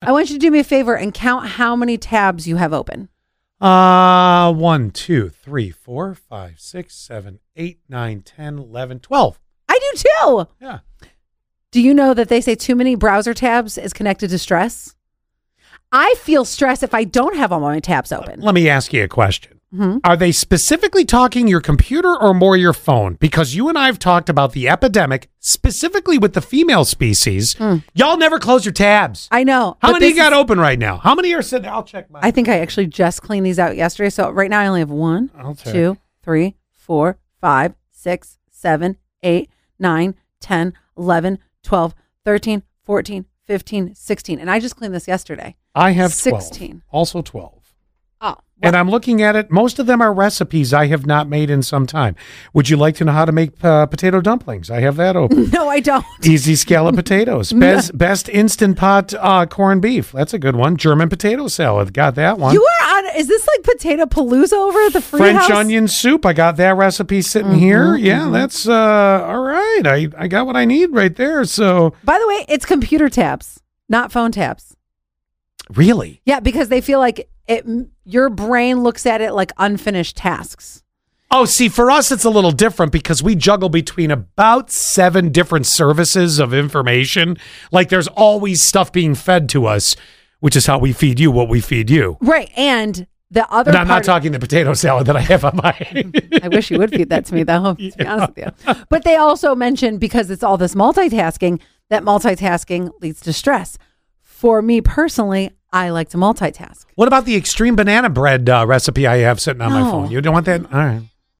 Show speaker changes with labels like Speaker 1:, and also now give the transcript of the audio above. Speaker 1: I want you to do me a favor and count how many tabs you have open.
Speaker 2: Uh, 1, 2, 3, 4, 5, 6, 7, 8, 9, 10, 11, 12.
Speaker 1: I do too.
Speaker 2: Yeah.
Speaker 1: Do you know that they say too many browser tabs is connected to stress? I feel stress if I don't have all my tabs open.
Speaker 2: Let me ask you a question.
Speaker 1: Mhm.
Speaker 2: Are they specifically talking your computer or more your phone? Because you and I have talked about the epidemic, specifically with the female species. Y'all never close your tabs.
Speaker 1: Hmm. I know.
Speaker 2: How
Speaker 1: but
Speaker 2: many
Speaker 1: this
Speaker 2: you got
Speaker 1: is-
Speaker 2: open right now? How many are sitting? I'll check mine.
Speaker 1: I think I actually just cleaned these out yesterday. So right now I only have one,
Speaker 2: I'll check.
Speaker 1: two, three, four, five, six, seven, eight, nine, 10, 11, 12, 13, 14, 15, 16. And I just cleaned this yesterday.
Speaker 2: I have 12,
Speaker 1: 16.
Speaker 2: Also 12.
Speaker 1: Oh,
Speaker 2: And I'm looking at it. Most of them are recipes I have not made in some time. Would you like to know how to make uh, potato dumplings? I have that open.
Speaker 1: no, I don't.
Speaker 2: Easy scallop potatoes. Best, best instant pot uh, corned beef. That's a good one. German potato salad. Got that one.
Speaker 1: You are on. Is this like potato palooza over at the free
Speaker 2: French
Speaker 1: house? Mm-hmm,
Speaker 2: onion soup. I got that recipe sitting here. Yeah, that's uh, all right. I, I got what I need right there. So
Speaker 1: By the way, it's computer tabs, not phone tabs.
Speaker 2: really,
Speaker 1: Yeah, because they feel like it. Your brain looks at it like unfinished tasks.
Speaker 2: oh, see, for us it's a little different because we juggle between about seven different services of information. Like there's always stuff being fed to us, which is how we feed you what we feed you.
Speaker 1: Right, and the other.
Speaker 2: And I'm not
Speaker 1: part-
Speaker 2: talking the potato salad that I have on my.
Speaker 1: I wish you would feed that to me, though. To be honest with you, but they also mentioned because it's all this multitasking that multitasking leads to stress. For me personally, I like to multitask.
Speaker 2: what about the extreme banana bread uh, recipe I have sitting on my
Speaker 1: No.
Speaker 2: phone? You don't want that? All right.